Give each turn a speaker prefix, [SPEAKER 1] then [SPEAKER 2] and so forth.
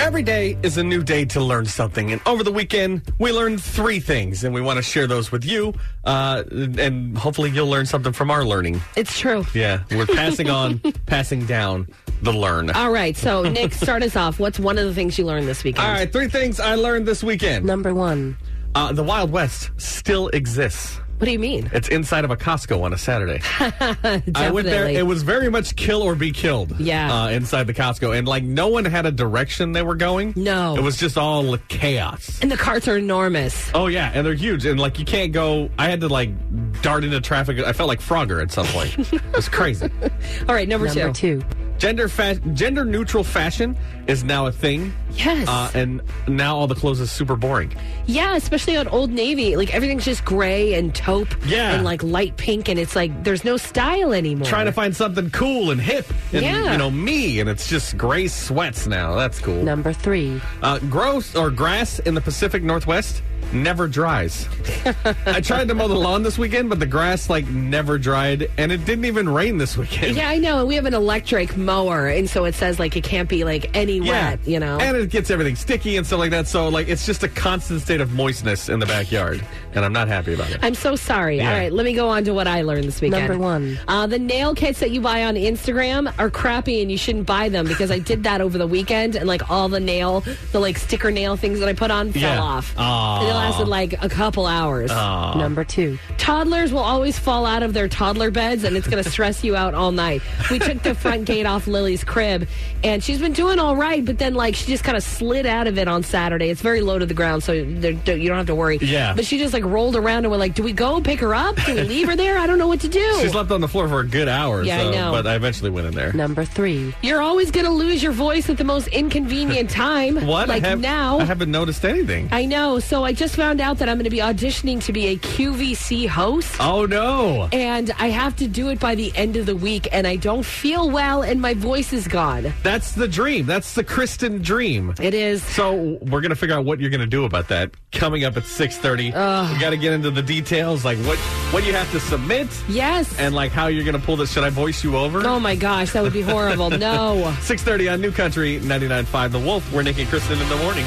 [SPEAKER 1] Every day is a new day to learn something. And over the weekend, we learned three things, and we want to share those with you. Uh, and hopefully, you'll learn something from our learning.
[SPEAKER 2] It's true.
[SPEAKER 1] Yeah, we're passing on, passing down the learn.
[SPEAKER 2] All right. So, Nick, start us off. What's one of the things you learned this weekend?
[SPEAKER 1] All right, three things I learned this weekend.
[SPEAKER 2] Number one.
[SPEAKER 1] Uh, the Wild West still exists.
[SPEAKER 2] What do you mean?
[SPEAKER 1] It's inside of a Costco on a Saturday. I went there.
[SPEAKER 2] Definitely.
[SPEAKER 1] It was very much kill or be killed.
[SPEAKER 2] Yeah.
[SPEAKER 1] Uh, inside the Costco. And like no one had a direction they were going.
[SPEAKER 2] No.
[SPEAKER 1] It was just all chaos.
[SPEAKER 2] and the carts are enormous.
[SPEAKER 1] Oh yeah, and they're huge, and like you can't go. I had to like dart into traffic. I felt like Frogger at some point. it was crazy.
[SPEAKER 2] All right. Number,
[SPEAKER 3] Number two.
[SPEAKER 1] Gender fa- gender neutral fashion is now a thing.
[SPEAKER 2] Yes.
[SPEAKER 1] Uh, and now all the clothes is super boring.
[SPEAKER 2] Yeah, especially on Old Navy. Like everything's just gray and taupe
[SPEAKER 1] Yeah.
[SPEAKER 2] and like light pink, and it's like there's no style anymore.
[SPEAKER 1] Trying to find something cool and hip, and
[SPEAKER 2] Yeah.
[SPEAKER 1] you know me, and it's just gray sweats now. That's cool.
[SPEAKER 3] Number three.
[SPEAKER 1] Uh, growth or grass in the Pacific Northwest never dries. I tried to mow the lawn this weekend, but the grass like never dried, and it didn't even rain this weekend.
[SPEAKER 2] yeah, I know. And we have an electric mower, and so it says like it can't be like any wet, you know?
[SPEAKER 1] And it gets everything sticky and stuff like that. So, like, it's just a constant state of moistness in the backyard. and I'm not happy about it.
[SPEAKER 2] I'm so sorry.
[SPEAKER 1] Yeah.
[SPEAKER 2] All right, let me go on to what I learned this weekend.
[SPEAKER 3] Number one.
[SPEAKER 2] Uh, the nail kits that you buy on Instagram are crappy and you shouldn't buy them because I did that over the weekend and like all the nail, the like sticker nail things that I put on fell
[SPEAKER 1] Yeah.
[SPEAKER 2] off.
[SPEAKER 1] Aw.
[SPEAKER 2] And it lasted like a couple hours.
[SPEAKER 3] Number two.
[SPEAKER 2] toddlers will always fall out of their toddler beds and it's going to stress you out all night. We took the front gate off Lily's crib and she's been doing all right, but then like she just kind of slid out of it on Saturday. It's very low to the ground, so there, don't- you don't have to worry.
[SPEAKER 1] Yeah.
[SPEAKER 2] But she just like rolled around and we're like, do we go pick her up? Do we leave her there? I don't know what to do.
[SPEAKER 1] She slept on the floor for a good hour.
[SPEAKER 2] Oh. Yeah, I
[SPEAKER 1] so-
[SPEAKER 2] know.
[SPEAKER 1] But I eventually went in there.
[SPEAKER 3] Number three.
[SPEAKER 2] You're always going to lose your voice at the most inconvenient time.
[SPEAKER 1] What?
[SPEAKER 2] Like
[SPEAKER 1] I have,
[SPEAKER 2] now.
[SPEAKER 1] I haven't noticed anything.
[SPEAKER 2] I know. So I just found out that I'm going to be auditioning to be a QVC host.
[SPEAKER 1] oh, no.
[SPEAKER 2] and I have to do it by the end of the week, and I don't feel well, and my voice is gone.
[SPEAKER 1] That's the dream. That's the Kristen dream.
[SPEAKER 2] It is.
[SPEAKER 1] So we're gonna figure out what you're gonna do about that. Coming up at six thirty, we gotta get into the details, like what what you have to submit,
[SPEAKER 2] Yes.
[SPEAKER 1] and like how you're gonna pull this. Should I voice you over?
[SPEAKER 2] oh my gosh, that would be horrible. no.
[SPEAKER 1] 6.30 on New Country 99.5 The Wolf. We're Nick and Kristen in the morning.